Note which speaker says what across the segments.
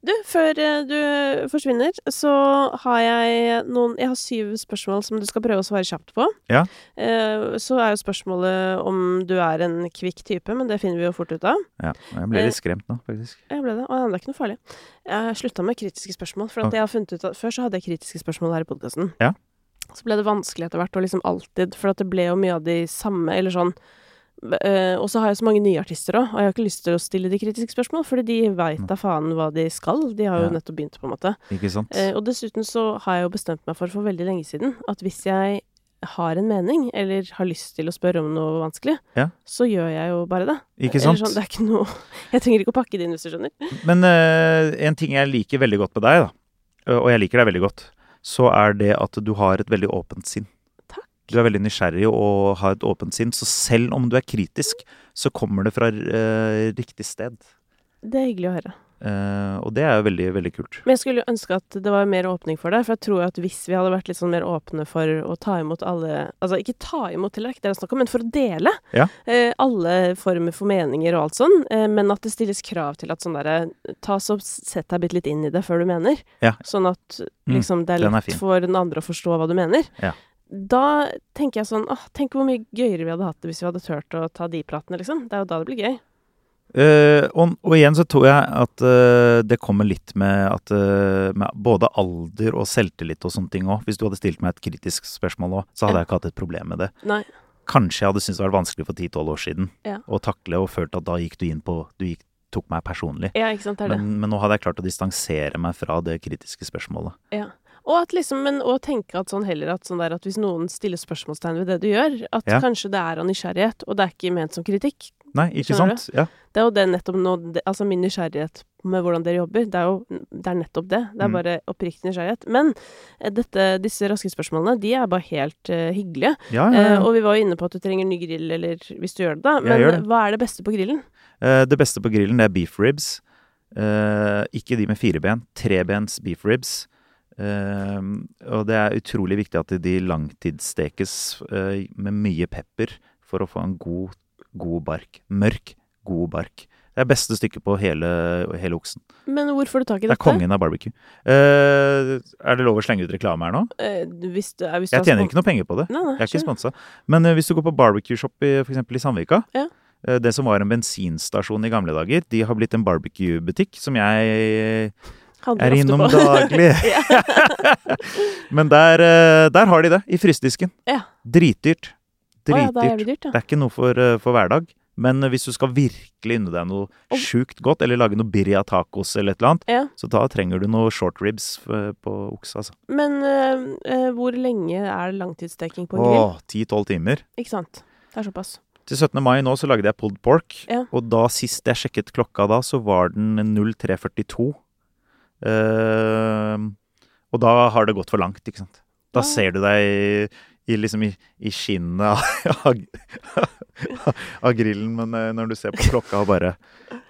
Speaker 1: Du, før eh, du forsvinner, så har jeg noen Jeg har syv spørsmål som du skal prøve å svare kjapt på.
Speaker 2: Ja.
Speaker 1: Eh, så er jo spørsmålet om du er en kvikk type, men det finner vi jo fort ut av.
Speaker 2: Ja, jeg
Speaker 1: Eh,
Speaker 2: ble litt skremt nå, faktisk.
Speaker 1: Jeg ble det. Å, ja, det er ikke noe farlig. Jeg har slutta med kritiske spørsmål. For
Speaker 2: Ok.
Speaker 1: at jeg har funnet ut at Før så hadde jeg kritiske spørsmål her i podkasten.
Speaker 2: Ja.
Speaker 1: Så ble det vanskelig etter hvert, og liksom alltid, for at det ble jo mye av de samme, eller sånn. Eh, og så har jeg så mange nye artister òg, og jeg har ikke lyst til å stille de kritiske spørsmål, fordi de veit da faen hva de skal. De har jo
Speaker 2: Mm. Ja.
Speaker 1: nettopp begynt, på en måte.
Speaker 2: Ikke sant?
Speaker 1: Eh, og dessuten så har jeg jo bestemt meg for for veldig lenge siden at hvis jeg har en mening, eller har lyst til å spørre om noe vanskelig,
Speaker 2: Ja.
Speaker 1: så gjør jeg jo bare det.
Speaker 2: Ikke
Speaker 1: Eller
Speaker 2: sant?
Speaker 1: Sånn, det er ikke noe Jeg trenger ikke å pakke det inn, hvis du skjønner.
Speaker 2: Men eh, en ting jeg liker veldig godt med deg, da, eh, og jeg liker deg veldig godt, så er det at du har et veldig åpent sinn.
Speaker 1: Takk.
Speaker 2: Du er veldig nysgjerrig og har et åpent sinn, så selv om du er kritisk, så kommer det fra eh, riktig sted.
Speaker 1: Det er hyggelig å høre.
Speaker 2: Eh, og det er jo veldig, veldig kult.
Speaker 1: Men jeg skulle jo ønske at det var mer åpning for det, for jeg tror jo at hvis vi hadde vært litt sånn mer åpne for å ta imot alle Altså ikke ta imot til det er snakk om, men for å dele
Speaker 2: Ja.
Speaker 1: eh, alle former for meninger og alt sånn, eh, men at det stilles krav til at sånn derre Ta så sett deg bitte litt inn i det før du mener,
Speaker 2: Ja.
Speaker 1: sånn at
Speaker 2: Mm,
Speaker 1: liksom det er
Speaker 2: den er
Speaker 1: lett
Speaker 2: fin.
Speaker 1: for den andre å forstå hva du mener.
Speaker 2: Ja.
Speaker 1: Da tenker jeg sånn ah, Tenk hvor mye gøyere vi hadde hatt det hvis vi hadde turt å ta de pratene, liksom. Det er jo da det blir gøy.
Speaker 2: Eh, og, og igjen så tror jeg at eh, det kommer litt med, at, eh, med både alder og selvtillit og sånne ting òg. Hvis du hadde stilt meg et kritisk spørsmål òg, så hadde jeg ikke hatt et problem med det.
Speaker 1: Nei.
Speaker 2: Kanskje jeg hadde syntes det var vanskelig for 10-12 år siden
Speaker 1: Ja.
Speaker 2: å takle og følt at da gikk du inn på Du gikk, tok meg personlig.
Speaker 1: Ja, ikke sant. Det er det.
Speaker 2: Men, men nå hadde jeg klart å distansere meg fra det kritiske spørsmålet.
Speaker 1: Og at liksom, men å tenke at sånn heller at, sånn der, at hvis noen stiller spørsmålstegn ved det du gjør, at
Speaker 2: Ja.
Speaker 1: kanskje det er av nysgjerrighet, og det er ikke ment som kritikk.
Speaker 2: Nei, ikke
Speaker 1: Skjønner
Speaker 2: sant? Ja.
Speaker 1: Det er jo det nettopp nå det, Altså min nysgjerrighet med hvordan dere jobber, det er jo det er nettopp det. Det er
Speaker 2: Mm.
Speaker 1: bare oppriktig nysgjerrighet. Men eh, dette, disse raske spørsmålene, de er bare helt eh, hyggelige.
Speaker 2: Ja, ja,
Speaker 1: Eh,
Speaker 2: ja.
Speaker 1: og vi var jo inne på at du trenger ny grill, eller hvis du gjør det, da.
Speaker 2: Jeg
Speaker 1: Men
Speaker 2: gjør det.
Speaker 1: hva er det beste på grillen?
Speaker 2: Eh, det beste på grillen, det er beef ribs. Eh, ikke de med fire ben. Trebens beef ribs. Eh, og det er utrolig viktig at de langtidsstekes eh, med mye pepper for å få en god, god bark. Mørk, god bark. Det er beste stykket på hele, hele oksen.
Speaker 1: Men hvor får du tak i
Speaker 2: Det er
Speaker 1: dette?
Speaker 2: kongen av barbecue. Eh, er det lov å slenge ut reklame her nå?
Speaker 1: Eh, hvis du, eh, hvis du
Speaker 2: Jeg tjener ikke noe penger på det.
Speaker 1: Nei, nei,
Speaker 2: Jeg er ikke
Speaker 1: skjønner.
Speaker 2: sponsa. Men eh, hvis du går på barbecue-shop i f.eks. i Sandvika
Speaker 1: Ja.
Speaker 2: eh, Det som var en bensinstasjon i gamle dager, de har blitt en barbecue-butikk som jeg
Speaker 1: Handler
Speaker 2: er
Speaker 1: ofte
Speaker 2: innom
Speaker 1: på.
Speaker 2: daglig.
Speaker 1: Ja.
Speaker 2: Men der, eh, der har de det, i frysedisken.
Speaker 1: Ja.
Speaker 2: Dritdyrt.
Speaker 1: Å ja, da er
Speaker 2: Dritdyrt.
Speaker 1: det dyrt, ja.
Speaker 2: Det er ikke noe for, eh, for hverdag. Men eh, hvis du skal virkelig unne deg noe
Speaker 1: Og-
Speaker 2: sjukt godt, eller lage noe birria tacos eller et eller annet,
Speaker 1: Ja.
Speaker 2: så da trenger du noe short ribs eh, på okse, altså.
Speaker 1: Men eh, eh, hvor lenge er det langtidssteking på en grill?
Speaker 2: Åh, 10-12 timer.
Speaker 1: Ikke sant? Det er såpass.
Speaker 2: Til 17. mai nå så lagde jeg pulled pork,
Speaker 1: Ja.
Speaker 2: og da sist jeg sjekket klokka da, så var den 03.42. Ehm, og da har det gått for langt, ikke sant. Da
Speaker 1: Ja.
Speaker 2: ser du deg i, i, liksom i, i skinnet av, av, av grillen, men eh, når du ser på klokka og bare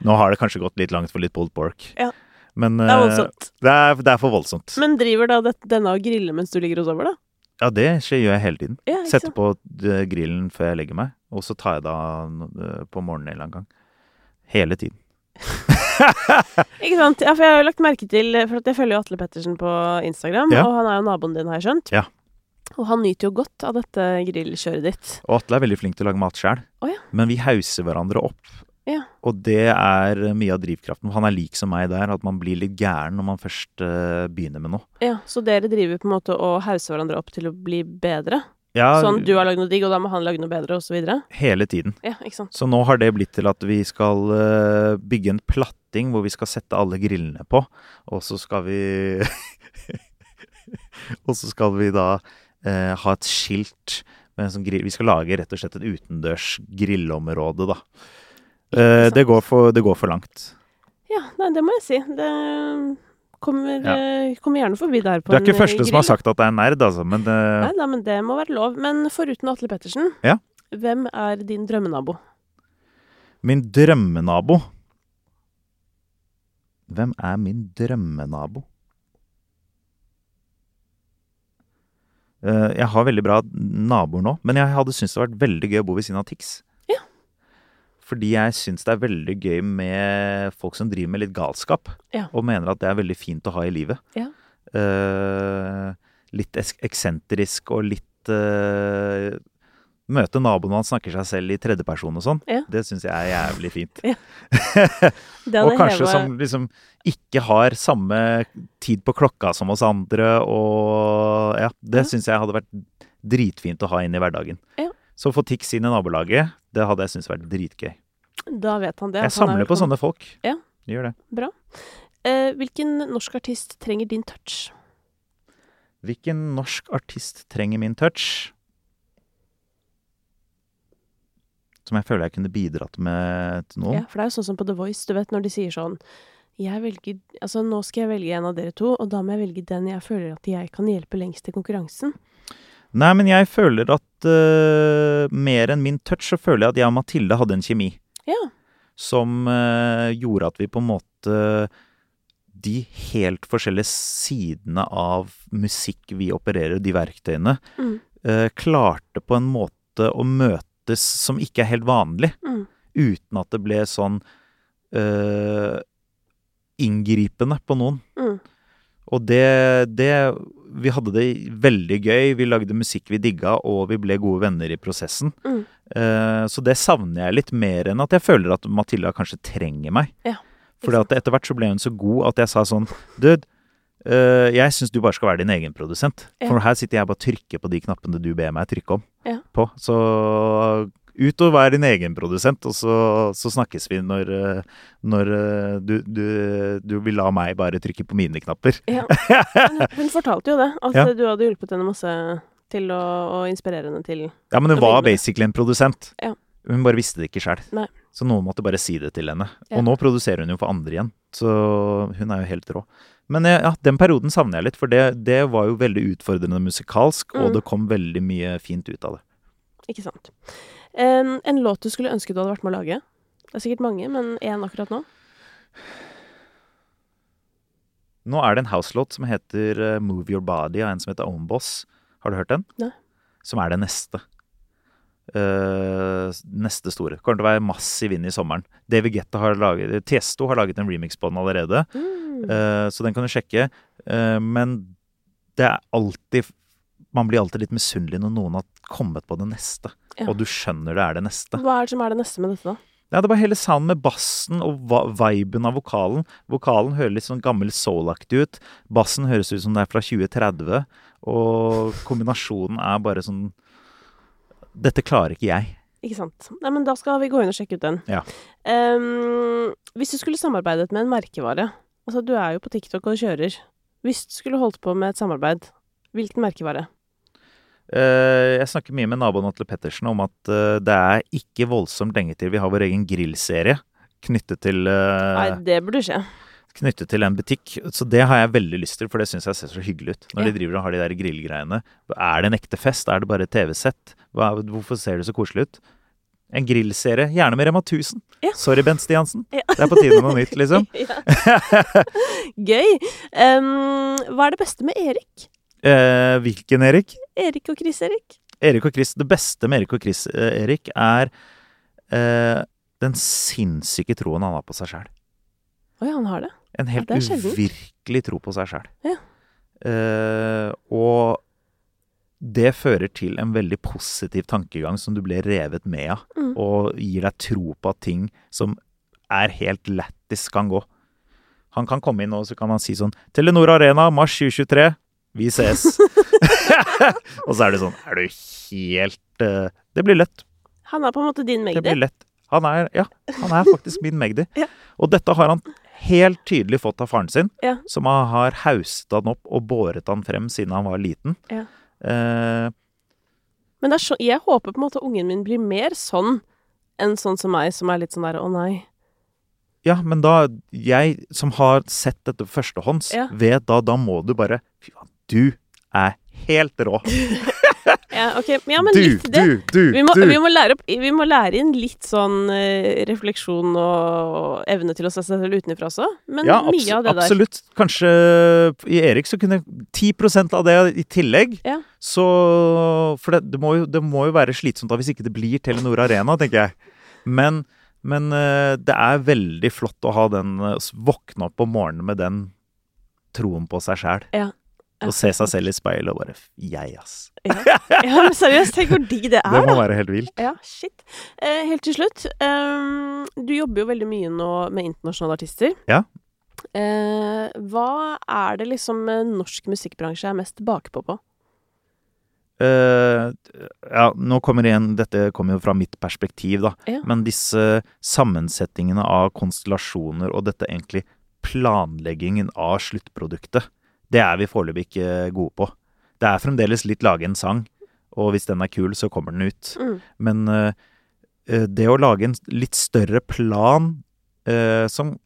Speaker 2: Nå har det kanskje gått litt langt for litt pulled pork.
Speaker 1: Ja.
Speaker 2: Men
Speaker 1: Det er
Speaker 2: eh,
Speaker 1: voldsomt.
Speaker 2: det er, det er for voldsomt.
Speaker 1: Men driver da det, denne og griller mens du ligger og sover, da?
Speaker 2: Ja, det skjer, gjør jeg hele tiden.
Speaker 1: Ja, ikke
Speaker 2: Setter
Speaker 1: sant?
Speaker 2: på eh, grillen før jeg legger meg, og så tar jeg det av eh, på morgenen en eller annen gang. Hele tiden.
Speaker 1: Ikke sant? Ja, for jeg har jo lagt merke til eh, For at jeg følger jo Atle Pettersen på Instagram,
Speaker 2: Ja.
Speaker 1: og han er jo naboen din, har jeg skjønt.
Speaker 2: Ja.
Speaker 1: Og han nyter jo godt av dette grillkjøret ditt.
Speaker 2: Og Atle er veldig flink til å lage mat sjæl,
Speaker 1: Å, ja.
Speaker 2: men vi hauser hverandre opp.
Speaker 1: Ja.
Speaker 2: Og det er mye av drivkraften. Han er lik som meg der, at man blir litt gæren når man først eh, begynner med noe.
Speaker 1: Ja, Så dere driver på en måte og hauser hverandre opp til å bli bedre?
Speaker 2: Ja,
Speaker 1: Sånn du har lagd noe digg, og da må han lage noe bedre, og så videre?
Speaker 2: hele tiden.
Speaker 1: Ja, ikke sant.
Speaker 2: Så nå har det blitt til at vi skal eh, bygge en platting hvor vi skal sette alle grillene på, og så skal vi Og så skal vi da eh, ha et skilt med en sånn grill Vi skal lage rett og slett et utendørs grillområde, da. Eh,
Speaker 1: sant.
Speaker 2: det, går for, det går for langt.
Speaker 1: Ja, nei, det må jeg si. Det eh, kommer,
Speaker 2: Ja.
Speaker 1: eh, kommer gjerne forbi der på
Speaker 2: Du er ikke
Speaker 1: en, eh,
Speaker 2: første som har
Speaker 1: grill.
Speaker 2: sagt at det er nerd, altså, men eh,
Speaker 1: Nei da, men det må være lov. Men foruten Atle Pettersen,
Speaker 2: Ja.
Speaker 1: hvem er din drømmenabo?
Speaker 2: min drømmenabo Hvem er min drømmenabo? Eh, Jeg har veldig bra naboer nå, men jeg hadde syntes det hadde vært veldig gøy å bo ved siden av Tix.
Speaker 1: Ja.
Speaker 2: Fordi jeg syns det er veldig gøy med folk som driver med litt galskap.
Speaker 1: Ja.
Speaker 2: Og mener at det er veldig fint å ha i livet.
Speaker 1: Ja.
Speaker 2: Eh, litt eks- eksentrisk og litt eh, Møte naboen og han snakker seg selv i tredjeperson og sånn.
Speaker 1: Ja.
Speaker 2: Det syns jeg er jævlig fint.
Speaker 1: Ja. Det
Speaker 2: og
Speaker 1: hadde
Speaker 2: kanskje
Speaker 1: hevet-
Speaker 2: som liksom ikke har samme tid på klokka som oss andre og Ja, det
Speaker 1: Ja.
Speaker 2: syns jeg hadde vært dritfint å ha inn i hverdagen.
Speaker 1: Ja.
Speaker 2: Så å få Tix inn i nabolaget, det hadde jeg syntes vært dritgøy.
Speaker 1: Da vet han det.
Speaker 2: Jeg
Speaker 1: at han er
Speaker 2: samler på
Speaker 1: velkommen.
Speaker 2: sånne folk.
Speaker 1: Ja.
Speaker 2: Gjør det.
Speaker 1: Eh, hvilken norsk artist trenger din touch?
Speaker 2: Hvilken norsk artist trenger min touch? Som jeg føler jeg kunne bidratt med til noen.
Speaker 1: Ja, for det er jo sånn som på The Voice, du vet når de sier sånn jeg velger, altså Nå skal jeg velge en av dere to, og da må jeg velge den jeg føler at jeg kan hjelpe lengst til konkurransen.
Speaker 2: Nei, men jeg føler at eh, mer enn min touch, så føler jeg at jeg og Mathilde hadde en kjemi
Speaker 1: Ja.
Speaker 2: som eh, gjorde at vi på en måte De helt forskjellige sidene av musikk vi opererer, de verktøyene,
Speaker 1: Mm.
Speaker 2: eh, klarte på en måte å møtes som ikke er helt vanlig.
Speaker 1: Mm.
Speaker 2: uten at det ble sånn eh, inngripende på noen.
Speaker 1: Mm.
Speaker 2: Og det, det Vi hadde det veldig gøy. Vi lagde musikk vi digga, og vi ble gode venner i prosessen.
Speaker 1: Mm.
Speaker 2: Eh, så det savner jeg litt mer enn at jeg føler at Matilda kanskje trenger meg.
Speaker 1: Ja,
Speaker 2: Fordi at etter hvert så ble hun så god at jeg sa sånn Dude, eh, jeg syns du bare skal være din egen produsent.
Speaker 1: Ja.
Speaker 2: For her sitter jeg bare og trykker på de knappene du ber meg trykke om.
Speaker 1: Ja.
Speaker 2: På. Så ut og vær din egen produsent, og så, så snakkes vi når, eh, når eh, du, du, du vil la meg bare trykke på mine knapper.
Speaker 1: Ja. Men Hun fortalte jo det, at
Speaker 2: Ja.
Speaker 1: du hadde hjulpet henne masse til å, å inspirere henne til
Speaker 2: Ja, men
Speaker 1: Å
Speaker 2: hun var
Speaker 1: begynne med.
Speaker 2: basically en produsent.
Speaker 1: Ja.
Speaker 2: Hun bare visste det ikke sjøl.
Speaker 1: Nei.
Speaker 2: Så noen måtte bare si det til henne.
Speaker 1: Ja.
Speaker 2: Og nå produserer hun jo for andre igjen, så hun er jo helt rå. Men eh, ja, den perioden savner jeg litt, for det, det var jo veldig utfordrende musikalsk,
Speaker 1: Mm.
Speaker 2: og det kom veldig mye fint ut av det.
Speaker 1: Ikke sant. En, en låt du skulle ønske du hadde vært med å lage? Det er sikkert mange, men én akkurat nå?
Speaker 2: Nå er det en house-låt som heter eh, Move Your Body av en som heter Ownboss. Har du hørt den?
Speaker 1: Nei.
Speaker 2: Som er det neste. Eh, neste store. Kommer til å være massiv inn i sommeren. David Guetta har laget Tiesto har laget en remix på den allerede.
Speaker 1: Mm.
Speaker 2: Eh, Så den kan du sjekke. Eh, Men det er alltid Man blir alltid litt misunnelig når noen har kommet på det neste.
Speaker 1: Ja.
Speaker 2: Og du skjønner det er det neste.
Speaker 1: Hva er det som er det neste med dette, da?
Speaker 2: Ja, det var hele sounden med bassen og va- viben av vokalen. Vokalen høres litt sånn gammel soul-aktig ut. Bassen høres ut som det er fra 2030. Og kombinasjonen er bare sånn Dette klarer ikke jeg.
Speaker 1: Ikke sant. Nei, men da skal vi gå inn og sjekke ut den.
Speaker 2: Ja.
Speaker 1: Ehm, hvis du skulle samarbeidet med en merkevare Altså, du er jo på TikTok og kjører. Hvis du skulle holdt på med et samarbeid, hvilken merkevare?
Speaker 2: Eh, jeg snakker mye med naboen Atle Pettersen om at eh, det er ikke voldsomt lenge til vi har vår egen grillserie knyttet til eh,
Speaker 1: Nei, det burde skje.
Speaker 2: knyttet til en butikk. Så det har jeg veldig lyst til, for det syns jeg ser så hyggelig ut. Når
Speaker 1: Ja.
Speaker 2: de driver og har de der grillgreiene. Er det en ekte fest? Er det bare et TV-sett? Hva er- Hvorfor ser det så koselig ut? En grillserie, gjerne med Rema 1000.
Speaker 1: Ja.
Speaker 2: Sorry, Bent Stiansen.
Speaker 1: Ja.
Speaker 2: Det er på tide med noe nytt, liksom.
Speaker 1: Ja. Gøy. Ehm, hva er det beste med Erik?
Speaker 2: Eh, hvilken Erik?
Speaker 1: Erik og Chris-Erik?
Speaker 2: Erik og Chris, Det beste med Erik og Chris, eh, Erik, er eh, den sinnssyke troen han har på seg sjæl.
Speaker 1: Å ja, han har det.
Speaker 2: En helt
Speaker 1: det er sjeldent.
Speaker 2: uvirkelig tro på seg sjæl.
Speaker 1: Ja.
Speaker 2: Eh, og det fører til en veldig positiv tankegang som du blir revet med av,
Speaker 1: Mm.
Speaker 2: og gir deg tro på at ting som er helt lættis, kan gå. Han kan komme inn og så kan han si sånn Telenor Arena, mars 2023. Vi ses. og så er det sånn Er du helt eh, Det blir lett.
Speaker 1: Han er på en måte din
Speaker 2: Det blir
Speaker 1: Magdi.
Speaker 2: lett. Han er, ja, han er faktisk min Magdi.
Speaker 1: Ja.
Speaker 2: Og dette har han helt tydelig fått av faren sin,
Speaker 1: Ja.
Speaker 2: som har- har haustet han opp og båret han frem siden han var liten.
Speaker 1: Ja.
Speaker 2: Eh,
Speaker 1: Men det er så, jeg håper på en måte ungen min blir mer sånn enn sånn som meg, som er litt sånn der å nei.
Speaker 2: ja, men da Jeg som har sett dette førstehånds,
Speaker 1: Ja.
Speaker 2: vet da da må du bare Fy faen, du er helt rå.
Speaker 1: Ja, ok. Ja, men
Speaker 2: du,
Speaker 1: litt det.
Speaker 2: du, du,
Speaker 1: Vi må,
Speaker 2: du.
Speaker 1: vi, må lære opp, vi må lære inn litt sånn eh, refleksjon og, og evne til å se seg selv utenfra også. Men
Speaker 2: ja,
Speaker 1: mye
Speaker 2: abso-
Speaker 1: av det der
Speaker 2: absolutt. Kanskje i Erik så kunne 10 av det i tillegg.
Speaker 1: Ja.
Speaker 2: Så For det, det, må jo, det må jo være slitsomt da hvis ikke det blir Telenor Arena, tenker jeg. Men Men eh, det er veldig flott å ha den eh, s- Våkne opp om morgenen med den troen på seg sjæl.
Speaker 1: Ja.
Speaker 2: Og se seg selv i speilet og bare "F- Jeg, ass.
Speaker 1: Ja, men seriøst, tenk hvor digg det er, da.
Speaker 2: være helt vilt.
Speaker 1: Ja, shit. Eh, helt til slutt, ehm, du jobber jo veldig mye nå med internasjonale artister.
Speaker 2: Ja.
Speaker 1: Eh, hva er det liksom eh, norsk musikkbransje er mest bakpå på?
Speaker 2: Eh, ja, nå kommer igjen Dette kommer jo fra mitt perspektiv, da.
Speaker 1: Ja.
Speaker 2: Men disse sammensetningene av konstellasjoner og dette egentlig planleggingen av sluttproduktet, det er vi foreløpig ikke gode på. Det er fremdeles litt lage en sang, og hvis den er kul, så kommer den ut.
Speaker 1: Mm.
Speaker 2: Men eh, eh, det å lage en litt større plan, eh, som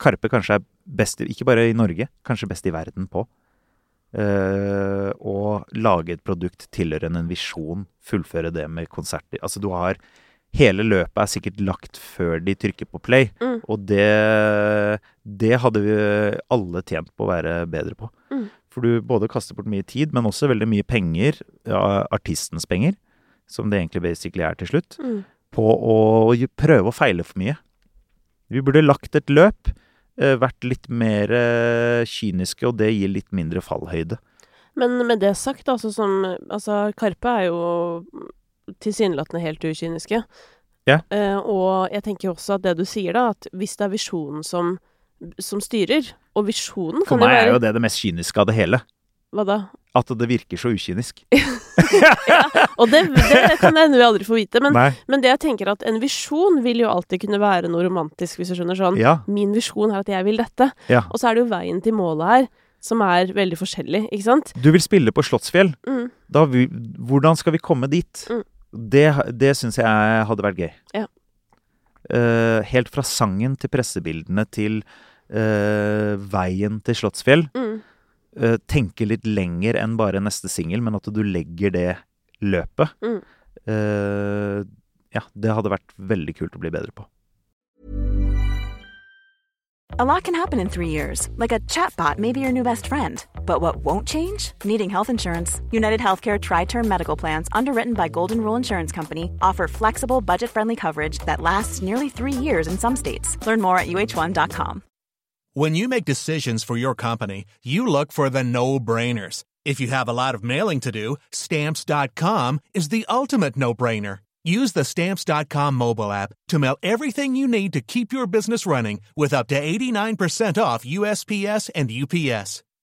Speaker 2: Karpe kanskje er best i, ikke bare i Norge, kanskje best i verden på, eh, og lage et produkt tilhørende en visjon, fullføre det med konserter Altså du har Hele løpet er sikkert lagt før de trykker på play,
Speaker 1: Mm.
Speaker 2: og det, det hadde vi alle tjent på å være bedre på.
Speaker 1: Mm.
Speaker 2: For du både kaster bort mye tid, men også veldig mye penger, ja, artistens penger, som det egentlig basically er til slutt,
Speaker 1: Mm.
Speaker 2: på å gj- prøve og feile for mye. Vi burde lagt et løp, eh, vært litt mer eh, kyniske, og det gir litt mindre fallhøyde.
Speaker 1: Men med det sagt, altså som Altså, Karpe er jo tilsynelatende helt ukyniske.
Speaker 2: Ja.
Speaker 1: Eh, og jeg tenker jo også at det du sier, da, at hvis det er visjonen som, som styrer, og visjonen kan
Speaker 2: For
Speaker 1: jo
Speaker 2: meg
Speaker 1: være
Speaker 2: er jo det det mest kyniske av det hele.
Speaker 1: Hva da?
Speaker 2: At det virker så ukynisk.
Speaker 1: Og det, det kan det hende vi aldri får vite, men,
Speaker 2: Nei.
Speaker 1: men det jeg tenker at en visjon vil jo alltid kunne være noe romantisk, hvis du skjønner sånn.
Speaker 2: Ja,
Speaker 1: Min visjon er at jeg vil dette.
Speaker 2: ja.
Speaker 1: Og så er det jo veien til målet her som er veldig forskjellig, ikke sant?
Speaker 2: Du vil spille på Slottsfjell.
Speaker 1: Mm.
Speaker 2: da, vi- hvordan skal vi komme dit?
Speaker 1: Mm.
Speaker 2: Det, det syns jeg hadde vært gøy.
Speaker 1: Ja.
Speaker 2: Eh, helt fra sangen til pressebildene til eh, veien til Slottsfjell.
Speaker 1: Mm.
Speaker 2: Eh, tenke litt lenger enn bare neste singel, men at du legger det løpet.
Speaker 1: Mm.
Speaker 2: Eh, ja, det hadde vært veldig kult å bli bedre på.
Speaker 3: A lot can happen in three years, like a chatbot may be your new best friend. But what won't change? Needing health insurance. United Healthcare Tri Term Medical Plans, underwritten by Golden Rule Insurance Company, offer flexible, budget friendly coverage that lasts nearly three years in some states. Learn more at uh1.com.
Speaker 4: When you make decisions for your company, you look for the no brainers. If you have a lot of mailing to do, stamps.com is the ultimate no brainer. Use the stamps.com mobile app to mail everything you need to keep your business running with up to 89% off USPS and UPS.